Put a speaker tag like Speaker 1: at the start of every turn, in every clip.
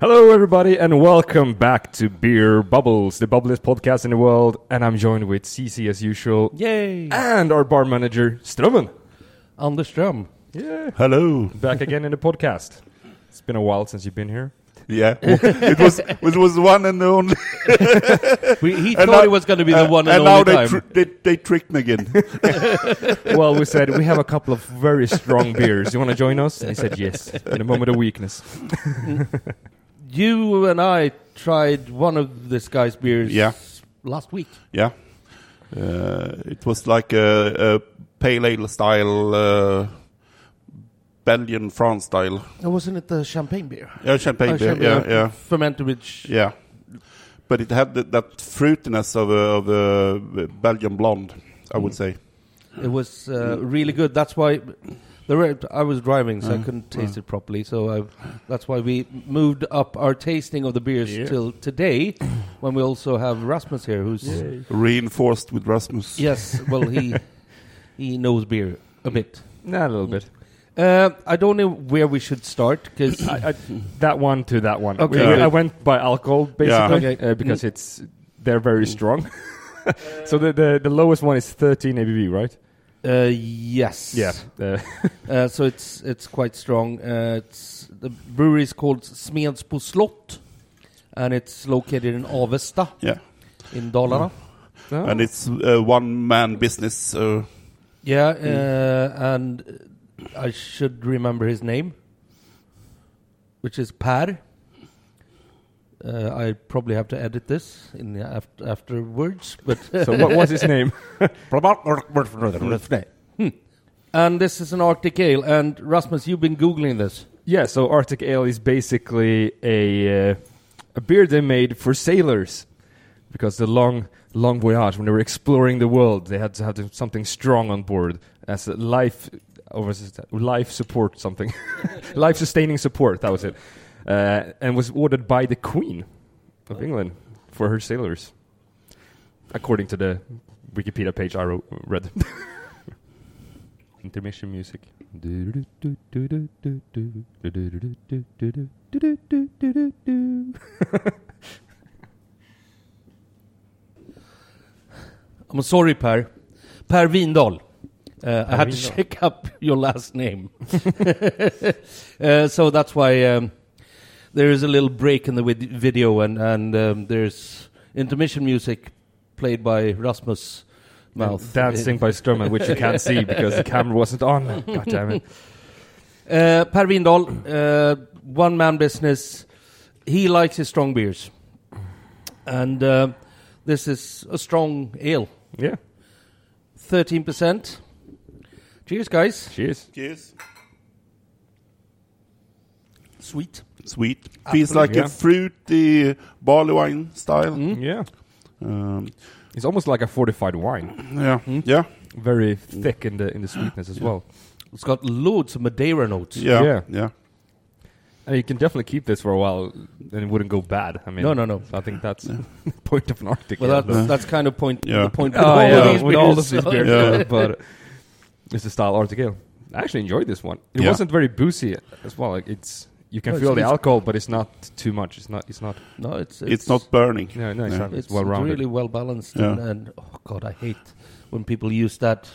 Speaker 1: Hello, everybody, and welcome back to Beer Bubbles, the bubbliest podcast in the world. And I'm joined with CC as usual
Speaker 2: Yay!
Speaker 1: and our bar manager, Strummen.
Speaker 2: Anders Ström.
Speaker 1: Yeah.
Speaker 3: Hello.
Speaker 1: Back again in the podcast. It's been a while since you've been here.
Speaker 3: Yeah, it was it was one and only.
Speaker 2: We, he
Speaker 3: And
Speaker 2: thought
Speaker 3: now-
Speaker 2: it was going to be the
Speaker 3: and-
Speaker 2: one and,
Speaker 3: and now
Speaker 2: only
Speaker 3: they,
Speaker 2: time.
Speaker 3: tr- they they tricked me again.
Speaker 1: Well, we said we have a couple of very strong beers. You want to join us? And he said yes in a moment of weakness.
Speaker 2: you and I tried one of this guy's beers
Speaker 3: Yeah.
Speaker 2: last week.
Speaker 3: yeah, uh, it was like a, a pale ale style, uh, Belgian France style,
Speaker 2: Oh, wasn't it the champagne beer?
Speaker 3: yeah, champagne
Speaker 2: Oh,
Speaker 3: beer.
Speaker 2: champagne.
Speaker 3: Yeah, yeah,
Speaker 2: Fermented with... sh-
Speaker 3: yeah. But it had that, that fruitiness of a, of a Belgian blonde, I would say.
Speaker 2: It was uh, really good. That's why... The re- I was driving,
Speaker 3: Mm.
Speaker 2: so I couldn't taste it properly. So I, that's why we moved up our tasting of the beers
Speaker 1: Yeah.
Speaker 2: till today, when we also have Rasmus here, who's
Speaker 3: Reinforced with Rasmus.
Speaker 2: yes, well he he knows beer a bit.
Speaker 1: Nah, a little bit.
Speaker 2: Uh, I don't know where we should start because
Speaker 1: I, I, that one to that one.
Speaker 2: Okay.
Speaker 1: We- we-
Speaker 3: Yeah.
Speaker 1: I went by alcohol basically
Speaker 2: Yeah. Okay.
Speaker 1: uh, because it's they're very strong. so the, the the lowest one is 13 ABV, right?
Speaker 2: Uh, yes.
Speaker 1: Yeah. Uh,
Speaker 2: Uh, so it's it's quite strong. Uh, it's the brewery is called Smedsbo slott, and it's located in Avesta
Speaker 3: yeah.
Speaker 2: in Dalarna. Oh.
Speaker 3: And it's a one man business. Uh,
Speaker 2: Yeah, uh, and I should remember his name, which is Per. Uh, I probably have to edit this in the aft- afterwards, but
Speaker 1: so what was his name?
Speaker 2: and this is an Arctic ale. And Rasmus, you've been googling this.
Speaker 1: Yeah, so Arctic Ale is basically a uh, a beer they made for sailors because the long long voyage when they were exploring the world, they had to have to- something strong on board as a life or was it life support something, life sustaining support. That was it, uh, and was ordered by the Queen of England for her sailors, according to the Wikipedia page I wrote, read. Intermission music.
Speaker 2: I'm sorry, Per. Per Windahl. Uh, I had to
Speaker 1: Windahl.
Speaker 2: check up your last name. uh, so that's why um, there is a little break in the vid- video, and, and um, there's intermission music played by Rasmus Mouth.
Speaker 1: Dancing by Sturman, which you can't see because the camera wasn't on. God damn it.
Speaker 2: Uh, per Windahl, uh, one man business. He likes his strong beers. And uh, this is a strong ale.
Speaker 1: Yeah,
Speaker 2: 13%. Cheers, guys.
Speaker 1: cheers.
Speaker 3: Cheers.
Speaker 2: Sweet.
Speaker 3: Sweet. Feels like
Speaker 1: Yeah. Mm-hmm.
Speaker 3: a fruity barley wine style.
Speaker 1: Yeah.
Speaker 3: Um,
Speaker 1: It's almost like a fortified wine.
Speaker 3: yeah, yeah,
Speaker 1: Very thick in the in the sweetness as well.
Speaker 2: It's got loads of Madeira notes.
Speaker 3: yeah,
Speaker 1: Yeah.
Speaker 3: yeah,
Speaker 1: And you can definitely keep this for a while and it wouldn't go bad. I mean,
Speaker 2: No, no, no.
Speaker 1: I think that's the point of an Arctic.
Speaker 2: Well,
Speaker 1: ale,
Speaker 2: that,
Speaker 1: though.
Speaker 2: that's kind of point.
Speaker 3: Yeah.
Speaker 2: The point with
Speaker 1: Oh,
Speaker 2: all
Speaker 1: yeah,
Speaker 2: of these
Speaker 1: with
Speaker 2: beers.
Speaker 1: all of these beers.
Speaker 3: Yeah.
Speaker 1: But it's a style Arctic ale. I actually enjoyed this one. It
Speaker 3: Yeah.
Speaker 1: wasn't very boozy as well. Like it's you can
Speaker 2: No, it's-
Speaker 1: feel the
Speaker 2: it's-
Speaker 1: alcohol, but it's not too much. It's not. It's not.
Speaker 2: No, it's
Speaker 3: It's, not burning.
Speaker 1: No, no, it's,
Speaker 3: Yeah.
Speaker 1: not, it's,
Speaker 2: It's
Speaker 1: well rounded.
Speaker 2: really well balanced.
Speaker 3: Yeah.
Speaker 2: And, and oh god, I hate when people use that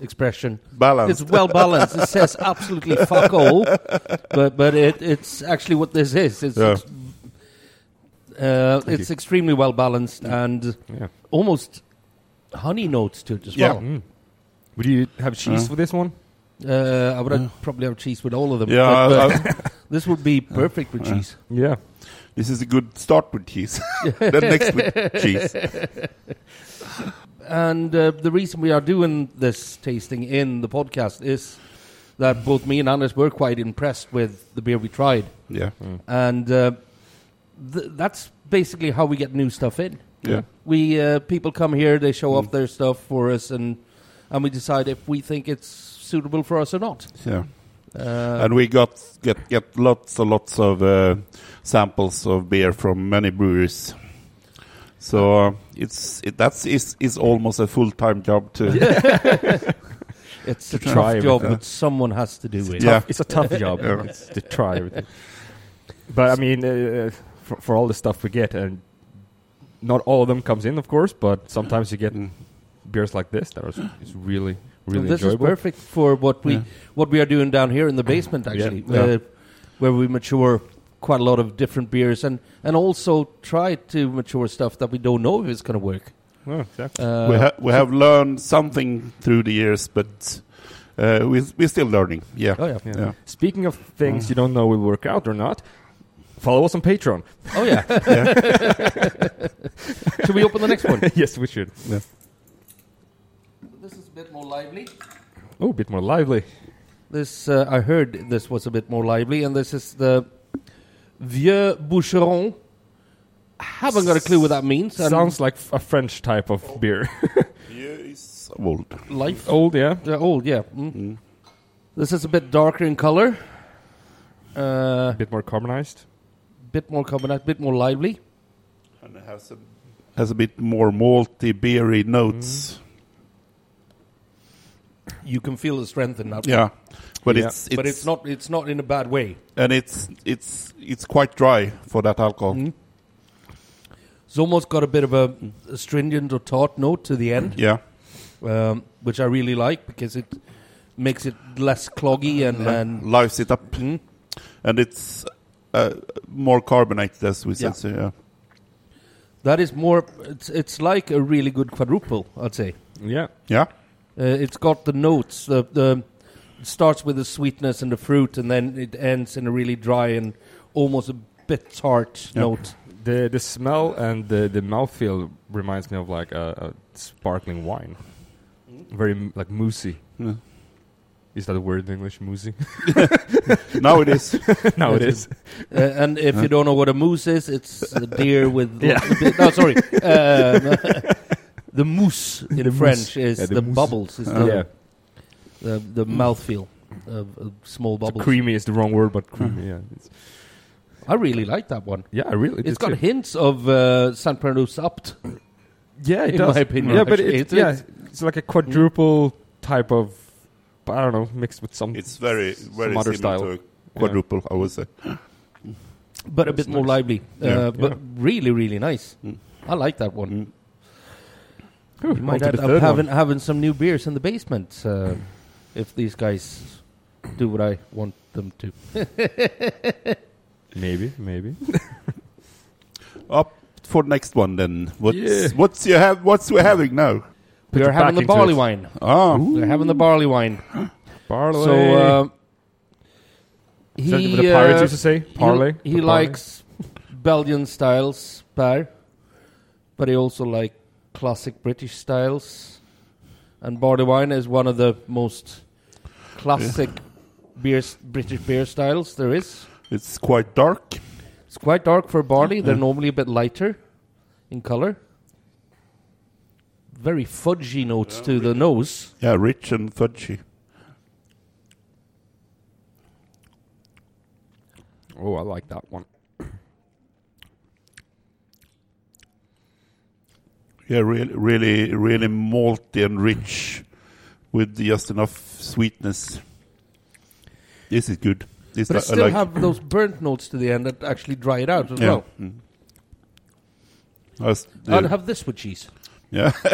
Speaker 2: expression.
Speaker 3: Balanced.
Speaker 2: It's well balanced. it says absolutely fuck all, but but it, it's actually what this is. It's
Speaker 3: Yeah.
Speaker 2: uh,
Speaker 1: Thank
Speaker 2: it's extremely well balanced and
Speaker 1: yeah.
Speaker 2: almost honey notes to it as
Speaker 3: Yeah.
Speaker 2: well.
Speaker 1: Mm. Would you have cheese
Speaker 3: Uh.
Speaker 1: for this one?
Speaker 2: Uh, I would have probably have cheese with all of them.
Speaker 3: Yeah,
Speaker 2: but-
Speaker 3: I-
Speaker 2: but this would be perfect with cheese.
Speaker 1: Yeah.
Speaker 3: This is a good start with cheese. then next with cheese.
Speaker 2: And uh, the reason we are doing this tasting in the podcast is that both me and Anders were quite impressed with the beer we tried,
Speaker 3: Yeah,
Speaker 2: and uh, th- that's basically how we get new stuff in.
Speaker 3: yeah,
Speaker 2: We uh, people come here, they show
Speaker 1: Mm.
Speaker 2: off their stuff for us, and and we decide if we think it's suitable for us or not.
Speaker 3: yeah.
Speaker 2: Uh,
Speaker 3: And we got get get lots and lots of uh, samples of beer from many breweries. So uh, it's it, that's is is almost a full time job to
Speaker 2: it's a
Speaker 1: to try
Speaker 2: tough job,
Speaker 1: everything.
Speaker 2: but someone has to do it.
Speaker 3: Yeah.
Speaker 1: It's a tough job.
Speaker 3: Yeah.
Speaker 1: It's to try everything. But I mean, uh, for, for all the stuff we get, and not all of them comes in, of course, but sometimes you get
Speaker 3: Mm.
Speaker 1: beers like this that are s- is really really
Speaker 2: this
Speaker 1: enjoyable.
Speaker 2: is perfect for what we
Speaker 3: Yeah.
Speaker 2: what we are doing down here in the basement,
Speaker 1: Yeah.
Speaker 2: actually,
Speaker 1: Yeah.
Speaker 2: Where, where we mature quite a lot of different beers and and also try to mature stuff that we don't know if it's going to work.
Speaker 1: Yeah, exactly.
Speaker 2: Uh,
Speaker 3: we ha- we have learned something through the years, but uh, we we're still learning. Yeah.
Speaker 2: oh yeah,
Speaker 1: Yeah.
Speaker 3: Yeah.
Speaker 1: Speaking of things you don't know will work out or not, follow us on Patreon.
Speaker 2: oh yeah. Should we open the next one?
Speaker 1: yes, we should.
Speaker 2: This is a bit more lively.
Speaker 1: Oh, a bit more lively.
Speaker 2: This uh, I heard this was a bit more lively, and this is the Vieux Boucheron. Haven't got a clue what that means. and
Speaker 1: Sounds like f- a French type of beer.
Speaker 3: Old.
Speaker 2: life
Speaker 1: Old, yeah.
Speaker 2: They're old, yeah. Mm. This is a bit darker in color, a uh,
Speaker 1: A bit more carbonized.
Speaker 2: bit more carbonate, bit more lively.
Speaker 3: And it has a has a bit more malty, beery notes.
Speaker 2: Mm-hmm. You can feel the strength in that,
Speaker 3: Yeah. But
Speaker 1: Yeah.
Speaker 3: it's it's
Speaker 2: but it's not it's not in a bad way.
Speaker 3: and it's it's it's quite dry for that alcohol.
Speaker 2: Mm-hmm. It's almost got a bit of a astringent or tart note to the end,
Speaker 3: Mm. Yeah.
Speaker 2: um, which I really like because it makes it less cloggy and, and
Speaker 3: Lives it up.
Speaker 2: Mm.
Speaker 3: And it's uh, more carbonated as we
Speaker 2: Yeah.
Speaker 3: said. So, yeah.
Speaker 2: that is more. It's it's like a really good quadruple, I'd say.
Speaker 1: Yeah.
Speaker 3: Yeah.
Speaker 2: Uh, it's got the notes. The the it starts with the sweetness and the fruit, and then it ends in a really dry and almost a bit tart
Speaker 3: Yeah.
Speaker 2: note.
Speaker 1: The the smell and the the mouthfeel reminds me of like a, a sparkling wine, very m- like moosey.
Speaker 3: Yeah.
Speaker 1: Is that a word in English? Moosey?
Speaker 3: Now it is.
Speaker 1: no, it
Speaker 2: It
Speaker 1: is.
Speaker 2: Uh, and if you don't know what a moose is, it's a deer with
Speaker 1: Yeah.
Speaker 2: lots of bit- no, sorry. Um, the mousse in
Speaker 1: The
Speaker 2: French
Speaker 1: mousse.
Speaker 2: is
Speaker 1: Yeah, the
Speaker 2: the,
Speaker 1: mousse.
Speaker 2: bubbles, is
Speaker 3: Uh,
Speaker 2: the,
Speaker 1: yeah,
Speaker 2: the the mouthfeel of, of small
Speaker 1: So
Speaker 2: bubbles.
Speaker 1: creamy is the wrong word, but creamy. Yeah, it's,
Speaker 2: I really like that one.
Speaker 1: yeah, I really.
Speaker 2: it's
Speaker 1: did
Speaker 2: got
Speaker 1: too.
Speaker 2: hints of uh, San Pernod Sapt.
Speaker 1: Yeah, it
Speaker 2: in
Speaker 1: does.
Speaker 2: my opinion,
Speaker 1: yeah, but
Speaker 2: actually.
Speaker 1: it,
Speaker 2: It's-
Speaker 1: yeah,
Speaker 2: it's-
Speaker 1: it's like a quadruple type of. I don't know, mixed with some.
Speaker 3: It's very very
Speaker 1: Some other
Speaker 3: similar
Speaker 1: style.
Speaker 3: to a quadruple, I would say.
Speaker 2: but a
Speaker 1: That's
Speaker 2: bit more
Speaker 1: nice.
Speaker 2: lively.
Speaker 3: Yeah.
Speaker 2: Uh, but
Speaker 1: Yeah.
Speaker 2: really, really nice.
Speaker 3: Mm.
Speaker 2: I like that one.
Speaker 3: Mm.
Speaker 1: Ooh,
Speaker 2: We
Speaker 1: on
Speaker 2: might
Speaker 1: to
Speaker 2: end
Speaker 1: the
Speaker 2: up
Speaker 1: third one.
Speaker 2: having, having some new beers in the basement uh, if these guys do what I want them to.
Speaker 1: Maybe, maybe.
Speaker 3: Up for next one then. What's
Speaker 1: Yeah.
Speaker 3: what's you have what's we're having now?
Speaker 1: Put
Speaker 2: we are
Speaker 1: your
Speaker 2: having
Speaker 1: back
Speaker 2: the
Speaker 1: into
Speaker 2: barley
Speaker 1: it.
Speaker 2: wine.
Speaker 3: Ah,
Speaker 2: We're having the barley wine.
Speaker 1: Barley.
Speaker 2: So uh,
Speaker 1: Is that
Speaker 2: he,
Speaker 1: what the pirates
Speaker 2: uh,
Speaker 1: used to say?
Speaker 2: he-
Speaker 1: Parley.
Speaker 2: He,
Speaker 1: Or barley?
Speaker 2: likes Belgian styles, par, but he also like classic British styles. And barley wine is one of the most classic beers, British beer styles there is.
Speaker 3: it's quite dark.
Speaker 2: It's quite dark for barley. They're
Speaker 3: Yeah.
Speaker 2: normally a bit lighter in color. Very fudgy notes to the nose.
Speaker 3: Yeah, rich and fudgy.
Speaker 1: Oh, I like that one.
Speaker 3: Yeah, really, really, really malty and rich, with just enough sweetness. This is good. This
Speaker 2: But
Speaker 3: I-
Speaker 2: it
Speaker 3: I
Speaker 2: still
Speaker 3: like.
Speaker 2: have those burnt notes to the end that actually dry it out as
Speaker 3: yeah.
Speaker 2: well.
Speaker 3: Mm. I was-
Speaker 2: I'd
Speaker 3: the-
Speaker 2: have this with cheese.
Speaker 3: yeah,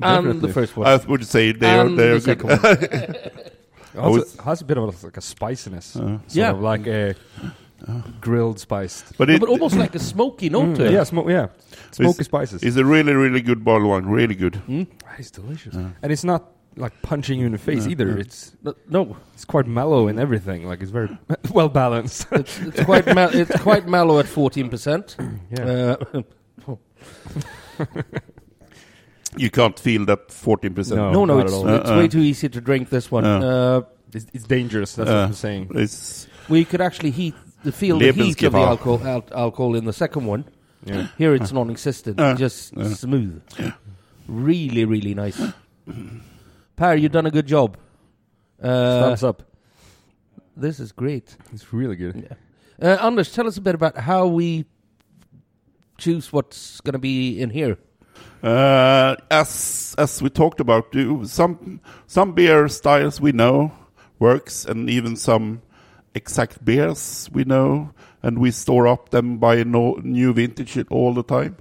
Speaker 2: And the
Speaker 1: Definitely.
Speaker 2: first one.
Speaker 3: I would say they are
Speaker 2: and
Speaker 3: they
Speaker 2: the
Speaker 3: are good.
Speaker 2: second one.
Speaker 1: Has,
Speaker 3: was-
Speaker 1: a, has a bit of like a spiciness, sort
Speaker 2: Yeah.
Speaker 1: of like a grilled spice.
Speaker 3: But
Speaker 2: No,
Speaker 3: it
Speaker 2: but almost like a smoky note to it.
Speaker 1: yeah, smo- yeah, smoky
Speaker 3: It's-
Speaker 1: spices.
Speaker 3: is a really, really good bottle wine. Really good.
Speaker 1: it's delicious, and it's not like punching you in the face either. It's
Speaker 2: No, No,
Speaker 1: it's quite mellow and everything. Like it's very well balanced.
Speaker 2: it's, it's quite mel- it's quite mellow at fourteen percent.
Speaker 1: yeah,
Speaker 2: Uh,
Speaker 3: You can't feel that fourteen percent.
Speaker 1: No.
Speaker 2: no, no,
Speaker 1: not
Speaker 2: it's,
Speaker 1: at all.
Speaker 2: it's
Speaker 3: Uh-uh.
Speaker 2: way too easy to drink this one.
Speaker 3: Uh.
Speaker 2: Uh,
Speaker 1: it's, it's dangerous. That's what
Speaker 3: Uh,
Speaker 1: I'm saying.
Speaker 3: It's
Speaker 2: we could actually heat the feel the heat of the
Speaker 3: Lebensgefahr.
Speaker 2: alcohol al- alcohol in the second one.
Speaker 1: Yeah.
Speaker 2: Here it's non-existent,
Speaker 3: Uh.
Speaker 2: just
Speaker 3: Uh.
Speaker 2: smooth. Really, really nice. Per, you've done a good job. Uh,
Speaker 1: Thumbs up.
Speaker 2: this is great.
Speaker 1: It's really good.
Speaker 2: Uh, Anders, tell us a bit about how we choose what's going to be in here.
Speaker 3: Uh, as as we talked about, you- some some beer styles we know works, and even some exact beers we know, and we store up them by no, new vintage it all the time.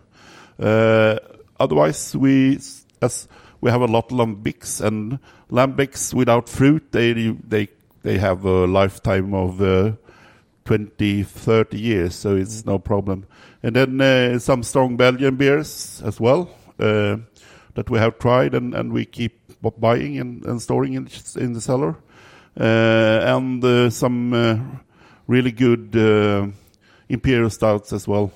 Speaker 3: Uh, otherwise, we s- as we have a lot of lambics and lambics without fruit. They they they have a lifetime of. Uh, 20, 30 years, so it's no problem. And then uh, some strong Belgian beers as well uh, that we have tried and, and we keep bu- buying and, and storing in, in the cellar. Uh, and uh, some uh, really good uh, imperial stouts as well.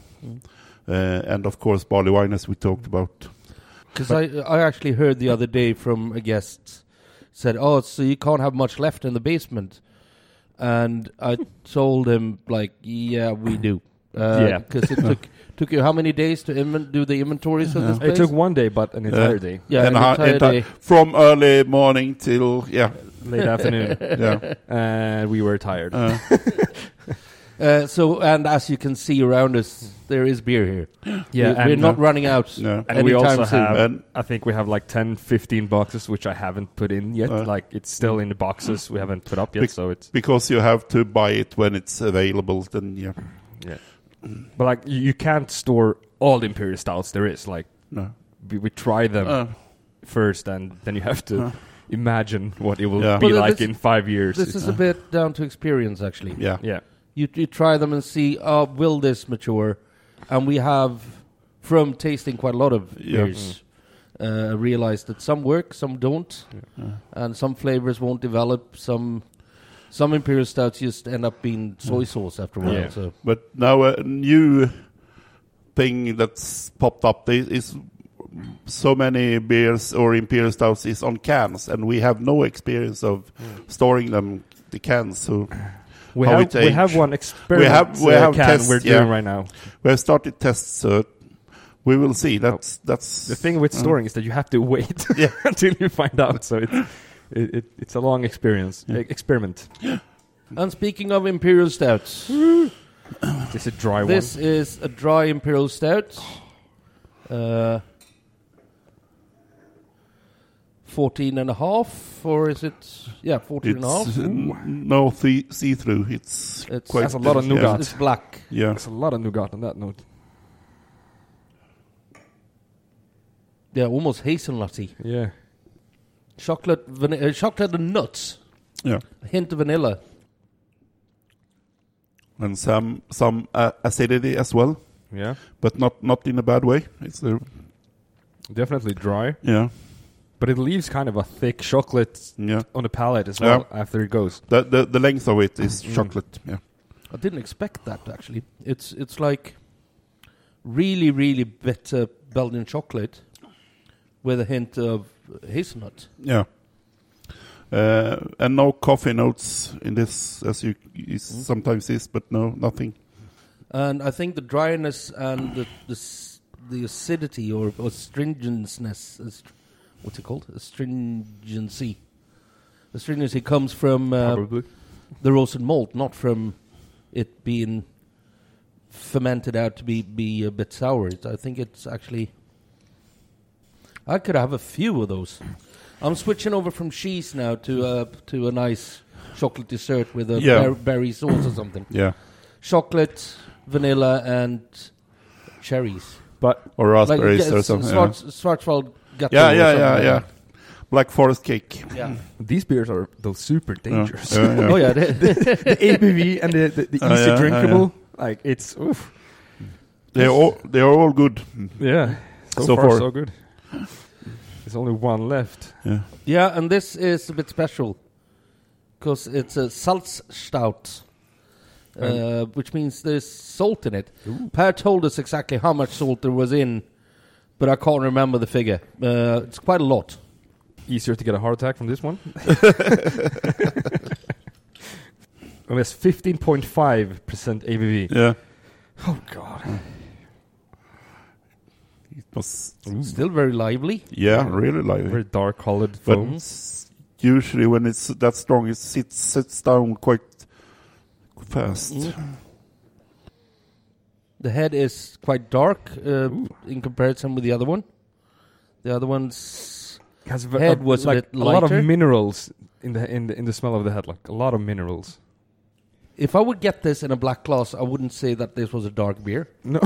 Speaker 3: Uh, and of course, barley wine, as we talked about.
Speaker 2: Because I, I actually heard the other day from a guest said, "Oh, so you can't have much left in the basement," and I told him like, "Yeah, we do." Uh,
Speaker 1: Yeah.
Speaker 2: because it took took you how many days to inven- do the inventories of this
Speaker 1: It
Speaker 2: place?
Speaker 1: took one day, but an entire day,
Speaker 2: yeah,
Speaker 3: And
Speaker 2: an
Speaker 3: ho-
Speaker 2: entire
Speaker 3: enti-
Speaker 2: day.
Speaker 3: from early morning till, yeah.
Speaker 1: late afternoon,
Speaker 3: yeah.
Speaker 1: and we were tired.
Speaker 3: Uh,
Speaker 2: Uh, so, and as you can see around us, there is beer here.
Speaker 1: yeah,
Speaker 2: we, we're
Speaker 1: and, uh,
Speaker 2: not running out.
Speaker 3: no.
Speaker 1: and we
Speaker 2: anytime
Speaker 1: also
Speaker 2: soon.
Speaker 1: have.
Speaker 3: And-
Speaker 1: I think we have like 10, 15 boxes which I haven't put in yet.
Speaker 3: Uh.
Speaker 1: like it's still in the boxes we haven't put up yet.
Speaker 3: Bec-
Speaker 1: so it's
Speaker 3: Because you have to buy it when it's available, then, yeah.
Speaker 1: but like you, you can't store all the imperial stouts there is. Like
Speaker 3: No.
Speaker 1: we, we try them
Speaker 3: Uh,
Speaker 1: first, and then you have to
Speaker 3: Uh.
Speaker 1: imagine what it will
Speaker 3: Yeah.
Speaker 1: be
Speaker 2: Well,
Speaker 1: like
Speaker 2: this-
Speaker 1: in five years.
Speaker 2: This
Speaker 1: It's-
Speaker 2: is a bit down to experience, actually.
Speaker 3: yeah.
Speaker 1: uh, yeah,
Speaker 2: You, you try them and see, uh, will this mature? And we have, from tasting quite a lot of
Speaker 3: Yeah.
Speaker 2: beers, uh, realized that some work, some don't,
Speaker 1: Uh.
Speaker 2: and some flavors won't develop. Some some imperial stouts just end up being soy sauce after a while.
Speaker 1: Yeah.
Speaker 2: So
Speaker 3: But now a new thing that's popped up there is so many beers or imperial stouts is on cans, and we have no experience of storing them the cans. So
Speaker 1: Hmm. we
Speaker 3: How
Speaker 1: have
Speaker 3: it
Speaker 1: we have
Speaker 3: age.
Speaker 1: one experiment we have,
Speaker 3: have- we have
Speaker 1: can
Speaker 3: tests,
Speaker 1: we're
Speaker 3: yeah.
Speaker 1: doing right now.
Speaker 3: we have started tests. So we will see. That's that's
Speaker 1: Oh. The thing with storing is that you have to wait
Speaker 3: Yeah.
Speaker 1: until you find out. So it's it, it, it's a long experience e- experiment.
Speaker 2: And speaking of imperial stouts,
Speaker 1: It's a dry
Speaker 2: this is a dry imperial stout. Uh, 14 and a half, or is it? Yeah, 14 and a half.
Speaker 3: It's uh, no see see through. It's,
Speaker 2: It's-
Speaker 3: quite
Speaker 1: That's a lot of nougat.
Speaker 2: It's black.
Speaker 3: Yeah,
Speaker 1: one. There's a lot of nougat on that note.
Speaker 2: Yeah, almost hazelnutty.
Speaker 1: Yeah,
Speaker 2: Chocolate, van- uh, chocolate and nuts.
Speaker 3: yeah, yeah.
Speaker 2: A hint of vanilla.
Speaker 3: and some some uh, acidity as well,
Speaker 1: yeah,
Speaker 3: but not not in a bad way. It's uh,
Speaker 1: definitely dry,
Speaker 3: yeah
Speaker 1: but it leaves kind of a thick chocolate
Speaker 3: yeah.
Speaker 1: on the palate as well after it goes.
Speaker 3: The, the the length of it is chocolate. Yeah.
Speaker 2: I didn't expect that actually. It's it's like really really bitter Belgian chocolate with a hint of hazelnut.
Speaker 3: Yeah. Uh, and no coffee notes in this, as you is sometimes is, but no, nothing.
Speaker 2: And I think the dryness and the the, s- the acidity or, or stringency, ast- what's it called? Astringency. Astringency comes from uh,
Speaker 1: Probably.
Speaker 2: the roasted malt, not from it being fermented out to be be a bit sour. It's- I think it's actually. I could have a few of those. I'm switching over from cheese now to uh, to a nice chocolate dessert with a
Speaker 3: Yeah.
Speaker 2: ber- berry sauce or something
Speaker 3: Yeah.
Speaker 2: chocolate, vanilla, and cherries.
Speaker 1: But
Speaker 3: Or raspberries
Speaker 2: yeah,
Speaker 3: or
Speaker 2: s-
Speaker 3: something.
Speaker 2: Schwarz- Schwarzwald gâteau
Speaker 3: yeah,
Speaker 2: or
Speaker 3: yeah, yeah,
Speaker 2: something
Speaker 3: yeah,
Speaker 2: like
Speaker 3: yeah. Black forest cake.
Speaker 2: that. yeah.
Speaker 1: these beers are those super dangerous.
Speaker 3: Yeah, yeah, yeah.
Speaker 2: Oh yeah, they-
Speaker 1: the ABV and the, the, the easy
Speaker 3: Oh, yeah, oh,
Speaker 1: drinkable, like it's oof.
Speaker 3: They're all they're all good.
Speaker 1: Yeah, so,
Speaker 3: So
Speaker 1: far,
Speaker 3: So far, far.
Speaker 1: so
Speaker 3: so
Speaker 1: good. There's only one left.
Speaker 3: Yeah.
Speaker 2: yeah, and this is a bit special because it's a Salzstaut, uh, which means there's salt in it. Per told us exactly how much salt there was in, but I can't remember the figure. Uh, it's quite a lot.
Speaker 1: Easier to get a heart attack from this one. I mean, it's 15.5 percent ABV.
Speaker 3: Yeah.
Speaker 1: Oh god,
Speaker 3: It was
Speaker 2: Still very lively.
Speaker 3: yeah, really lively.
Speaker 1: very dark colored
Speaker 3: But
Speaker 1: foam.
Speaker 3: s- usually when it's that strong it sits sits down quite fast.
Speaker 2: The head is quite dark uh, in comparison with the other one. The other one's
Speaker 1: Has ve-
Speaker 2: head was a
Speaker 1: like
Speaker 2: bit
Speaker 1: lot of
Speaker 2: lighter.
Speaker 1: minerals in the in the in the smell of the head, like a lot of minerals.
Speaker 2: If I would get this in a black glass, I wouldn't say that this was a dark beer.
Speaker 1: No.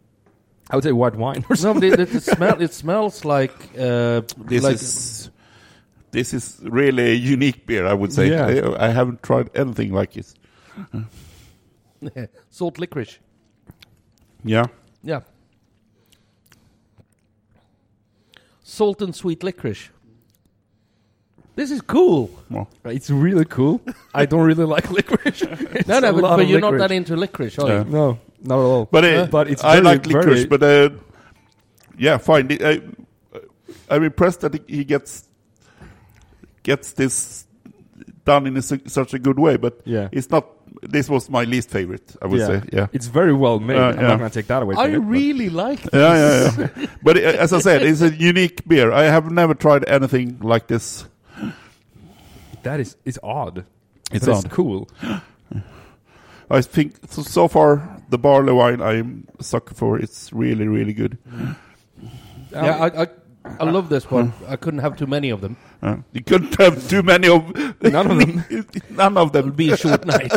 Speaker 1: I would say white wine or
Speaker 2: No,
Speaker 1: something.
Speaker 2: but it, it, smell, it smells like uh,
Speaker 3: This
Speaker 2: like
Speaker 3: is this is really a unique beer, I would say.
Speaker 1: Yeah.
Speaker 3: I, I haven't tried anything like it.
Speaker 2: salt licorice.
Speaker 3: Yeah,
Speaker 2: Yeah. Salt and sweet licorice. This is cool.
Speaker 3: well,
Speaker 1: It's really cool. I don't really like licorice. It's
Speaker 2: no,
Speaker 1: a
Speaker 2: no, but,
Speaker 1: lot
Speaker 2: but
Speaker 1: of
Speaker 2: you're not
Speaker 1: licorice.
Speaker 2: that into licorice, are
Speaker 3: Yeah.
Speaker 2: you?
Speaker 1: No, not at all.
Speaker 3: but, uh,
Speaker 1: but it's
Speaker 3: I
Speaker 1: very,
Speaker 3: like licorice.
Speaker 1: very-
Speaker 3: But uh, yeah, fine. The- I, I'm impressed that he- he gets gets this done in a, su- such a good way. But
Speaker 1: Yeah.
Speaker 3: it's not. This was my least favorite. I would
Speaker 1: yeah.
Speaker 3: say. Yeah.
Speaker 1: It's very well made.
Speaker 3: Uh,
Speaker 1: I'm
Speaker 3: yeah.
Speaker 1: not going to take that away.
Speaker 2: I
Speaker 1: from it, but-
Speaker 2: really like this.
Speaker 3: yeah, yeah, yeah. but uh, as I said, it's a unique beer. I have never tried anything like this.
Speaker 1: That is it's odd.
Speaker 3: It's
Speaker 1: but
Speaker 3: odd.
Speaker 1: It's cool.
Speaker 3: I think so, so far the barley wine I'm a sucker for. It's really, really good.
Speaker 1: Mm.
Speaker 2: Yeah, I, I, I love this one. I couldn't have too many of them.
Speaker 3: Uh, you couldn't have too many of
Speaker 1: None of them.
Speaker 3: none of
Speaker 2: It would
Speaker 3: them.
Speaker 2: be a short night.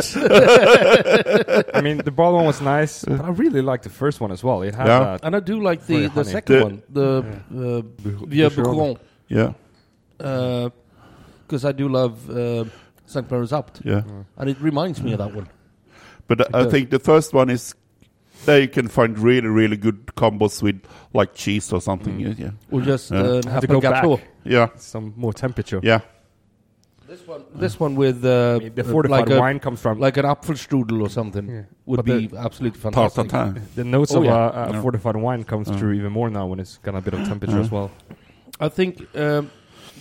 Speaker 1: I mean, the bottle one was nice, but I really liked the first one as well. It had
Speaker 3: Yeah.
Speaker 1: that.
Speaker 2: And I do like the,
Speaker 1: Very
Speaker 2: the
Speaker 1: honey.
Speaker 2: second
Speaker 3: The-
Speaker 2: one, the uh, Vieux
Speaker 1: Boucheron.
Speaker 2: Boucheron,
Speaker 3: Yeah,
Speaker 2: because I do love uh, St. Mary's Apt.
Speaker 3: yeah.
Speaker 1: Mm.
Speaker 2: And it reminds me of that one.
Speaker 3: But I
Speaker 1: does.
Speaker 3: think the first one is there you can find really, really good combos with like cheese or something.
Speaker 1: Mm.
Speaker 3: Yeah,
Speaker 2: Or just
Speaker 3: Yeah.
Speaker 2: uh,
Speaker 1: Have to go
Speaker 2: Apple
Speaker 1: back.
Speaker 2: Gâteau.
Speaker 3: yeah,
Speaker 1: Some more temperature.
Speaker 3: yeah,
Speaker 2: This one, this one with uh,
Speaker 1: The
Speaker 2: uh,
Speaker 1: fortified
Speaker 2: like a,
Speaker 1: wine comes from
Speaker 2: like an Apfelstrudel or something,
Speaker 1: Yeah. But
Speaker 2: would be absolutely
Speaker 3: yeah. Tartar
Speaker 2: fantastic.
Speaker 3: time.
Speaker 1: the notes
Speaker 2: Oh,
Speaker 1: of
Speaker 2: yeah.
Speaker 1: uh, uh,
Speaker 3: Yeah.
Speaker 1: fortified wine comes through even more now when it's got a bit of temperature as well.
Speaker 2: I think um,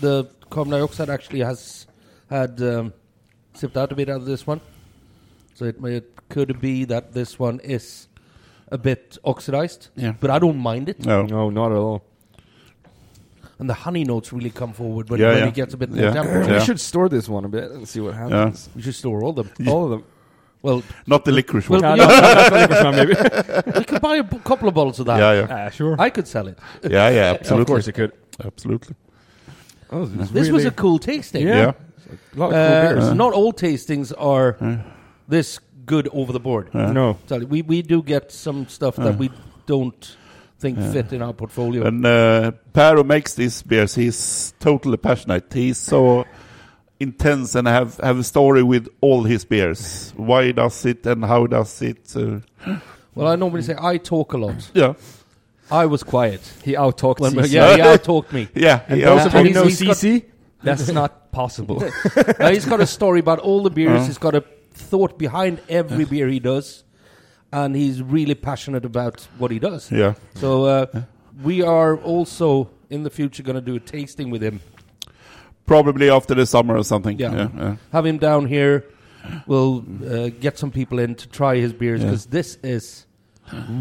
Speaker 2: the carbon dioxide actually has had um, sipped out a bit out of this one, so it, may, it could be that this one is a bit oxidized.
Speaker 3: Yeah.
Speaker 2: but I don't mind it.
Speaker 3: No.
Speaker 1: No, not at all.
Speaker 2: And the honey notes really come forward when,
Speaker 3: Yeah,
Speaker 2: when
Speaker 3: yeah.
Speaker 2: it gets a bit more
Speaker 3: Yeah.
Speaker 2: temperature.
Speaker 3: Yeah.
Speaker 1: We should store this one a bit and see what happens.
Speaker 2: We should store all them.
Speaker 1: All of them.
Speaker 2: Well,
Speaker 3: not the licorice
Speaker 2: Well,
Speaker 3: one.
Speaker 1: No,
Speaker 2: Yeah.
Speaker 1: no, that's not the first one, maybe.
Speaker 2: we could buy a b- couple of bottles of that.
Speaker 3: Yeah, yeah,
Speaker 1: Ah, sure.
Speaker 2: I could sell it.
Speaker 3: yeah, yeah.
Speaker 1: So
Speaker 3: Absolutely,
Speaker 1: of course, it could.
Speaker 3: absolutely.
Speaker 1: Oh,
Speaker 2: This was a cool tasting.
Speaker 1: Yeah.
Speaker 3: Yeah,
Speaker 1: a lot of cool
Speaker 2: Uh,
Speaker 1: beers.
Speaker 2: Not all tastings are this good over the board.
Speaker 1: Uh, no,
Speaker 2: Sorry, we we do get some stuff that we don't think fit in our portfolio.
Speaker 3: Uh. And uh, Per who makes these beers, he's totally passionate. He's so intense and have have a story with all his beers. Why does it and how does it? Uh,
Speaker 2: well, I normally say I talk a lot.
Speaker 3: yeah,
Speaker 2: I was quiet.
Speaker 1: he out talked
Speaker 2: When,
Speaker 1: CC.
Speaker 2: yeah, he outtalked me.
Speaker 3: yeah.
Speaker 1: And
Speaker 3: he
Speaker 1: those
Speaker 3: also
Speaker 1: of you
Speaker 2: he's-
Speaker 1: know
Speaker 2: he's got-
Speaker 1: CC, that's not possible.
Speaker 2: Now, he's got a story about all the beers.
Speaker 3: Uh.
Speaker 2: He's got a thought behind every beer he does, and he's really passionate about what he does.
Speaker 3: yeah,
Speaker 2: So uh, we are also in the future going to do a tasting with him.
Speaker 3: probably after the summer or something.
Speaker 2: Yeah.
Speaker 3: Yeah, yeah, yeah.
Speaker 2: Have him down here. We'll uh, get some people in to try his beers
Speaker 3: Yeah.
Speaker 2: because this is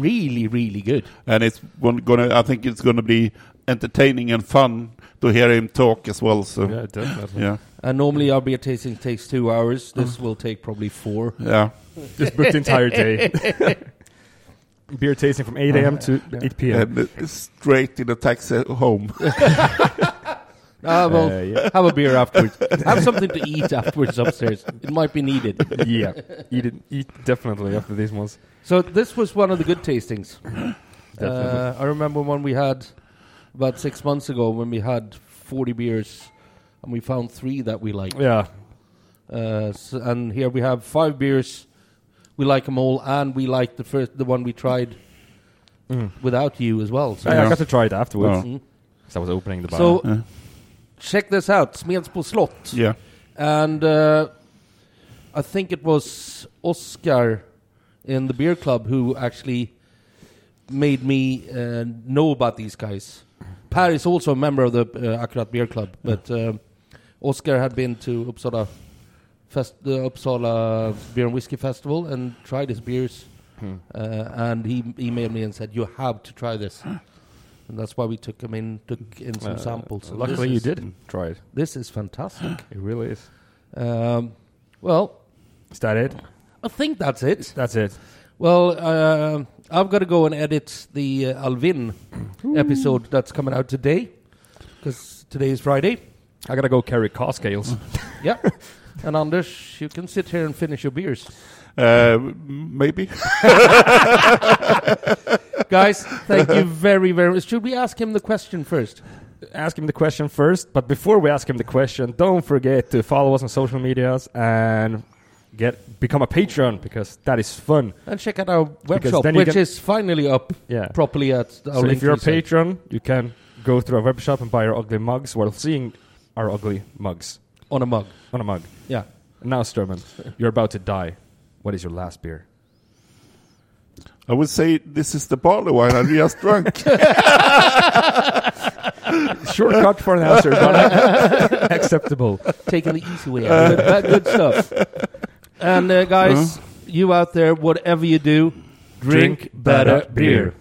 Speaker 2: really, really good.
Speaker 3: and it's one gonna. I think it's gonna be entertaining and fun to hear him talk as well. So yeah,
Speaker 1: definitely.
Speaker 3: yeah,
Speaker 2: And normally our beer tasting takes two hours. This will take probably four.
Speaker 3: yeah.
Speaker 1: Just booked the entire day. Beer tasting from 8 a.m. to 8 p.m.
Speaker 3: And uh, straight in the taxi home.
Speaker 2: Ah, well,
Speaker 1: Uh, yeah.
Speaker 2: have a beer afterwards. have something to eat afterwards upstairs. It might be needed.
Speaker 1: yeah, eat, it, eat definitely after these ones.
Speaker 2: So this was one of the good tastings.
Speaker 1: Definitely.
Speaker 2: Uh, I remember one we had about six months ago when we had 40 beers and we found three that we liked.
Speaker 1: yeah,
Speaker 2: Uh, s and here we have five beers. We like them all, and we like the first, the one we tried without you as well. So,
Speaker 1: I- I
Speaker 3: Yeah.
Speaker 1: got to try it afterwards.
Speaker 3: Oh.
Speaker 1: because I was opening the bar. Uh,
Speaker 2: so
Speaker 3: Yeah.
Speaker 2: check this out, Smedsbo Slott,
Speaker 3: yeah,
Speaker 2: and uh, I think it was Oscar in the beer club who actually made me uh, know about these guys. Per is also a member of the uh, Akkurat beer club, but um, Oscar had been to Uppsala fest, the Uppsala Beer and Whiskey Festival and tried his beers.
Speaker 1: Hmm.
Speaker 2: Uh, and he emailed me and said, "You have to try this," and that's why we took him in, took in some
Speaker 1: Uh,
Speaker 2: samples. So
Speaker 1: luckily
Speaker 2: this
Speaker 1: you
Speaker 2: is-
Speaker 1: did try it.
Speaker 2: This is fantastic.
Speaker 1: It really is.
Speaker 2: Um, well,
Speaker 1: Is that it?
Speaker 2: I think that's it.
Speaker 1: That's it.
Speaker 2: Well, uh, I've got to go and edit the uh, Alvin episode that's coming out today because today is Friday.
Speaker 1: I gotta go carry car scales.
Speaker 2: Yeah. And Anders, you can sit here and finish your beers.
Speaker 3: Uh, maybe.
Speaker 2: Guys, thank you very, very much. Should we ask him the question first?
Speaker 1: ask him the question first. But before we ask him the question, don't forget to follow us on social medias and get become a patron because that is fun.
Speaker 2: And check out our web
Speaker 1: Because
Speaker 2: shop,
Speaker 1: then you
Speaker 2: which
Speaker 1: can-
Speaker 2: is finally up
Speaker 1: Yeah.
Speaker 2: properly at our
Speaker 1: so if you're a
Speaker 2: Linktree site.
Speaker 1: patron, you can go through our web shop and buy our ugly mugs while seeing our ugly mugs
Speaker 2: on a mug.
Speaker 1: on a mug.
Speaker 2: Yeah.
Speaker 1: And now, Sturman, you're about to die. What is your last beer?
Speaker 3: I would say this is the barley wine I just drank.
Speaker 1: Shortcut for an answer, but acceptable.
Speaker 2: Taking the easy way out. Good- that good stuff. And uh, guys, you out there, whatever you do, drink, better beer.